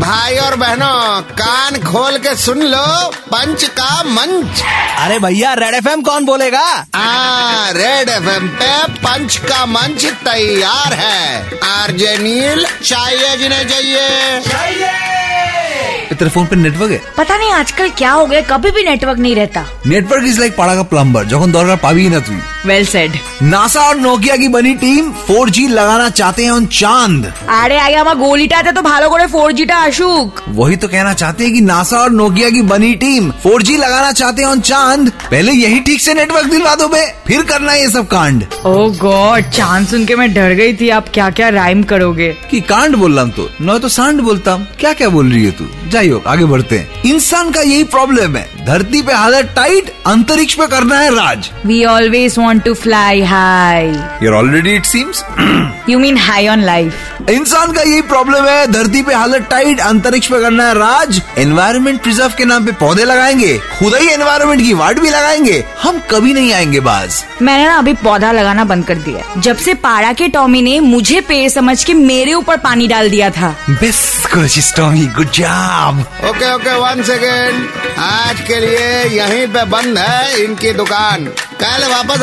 भाई और बहनों कान खोल के सुन लो पंच का मंच अरे भैया रेड एफ कौन बोलेगा आ, रेड एफ पे पंच का मंच तैयार है आरजे नील चाहिए जिन्हें चाहिए तेरे फोन पे नेटवर्क है पता नहीं आजकल क्या हो गया कभी भी नेटवर्क नहीं रहता নেটওয়ার্ক ইজ লাইক পাড়া কা প্লাম্বার যখন দরকার পাবি না তুই वेल सेड नासा और नोकिया की बनी टीम 4G लगाना चाहते हैं ऑन चांद আরে আগে আমার গোলিটাতে তো ভালো করে ফোর জিটা আসুক वही तो कहना चाहते हैं कि नासा और नोकिया की बनी टीम 4G लगाना चाहते हैं ऑन चांद पहले यही ठीक से नेटवर्क दिलवा दो बे फिर करना ये सब कांड ओ गॉड चांद सुन के मैं डर गई थी आप क्या क्या राइम करोगे कि कांड बोल रहा हूं तो न तो सांड बोलता हूं क्या क्या बोल रही है तू जाइयो आगे बढ़ते हैं इंसान का यही प्रॉब्लम है धरती पे हालत टाइट अंतरिक्ष पे करना है Raj we always want to fly high you're already it seems you mean high on life इंसान का यही प्रॉब्लम है धरती पे हालत टाइट अंतरिक्ष पे करना है राज एनवायरमेंट प्रिजर्व के नाम पे पौधे लगाएंगे खुद ही एनवायरमेंट की वाट भी लगाएंगे हम कभी नहीं आएंगे बाज मैंने ना अभी पौधा लगाना बंद कर दिया है। जब से पाड़ा के टॉमी ने मुझे पेड़ समझ के मेरे ऊपर पानी डाल दिया था बेस्ट कोशिश Tommy good job okay okay one second आज के लिए यहीं पे बंद है इनकी दुकान कल वापस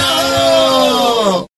रहो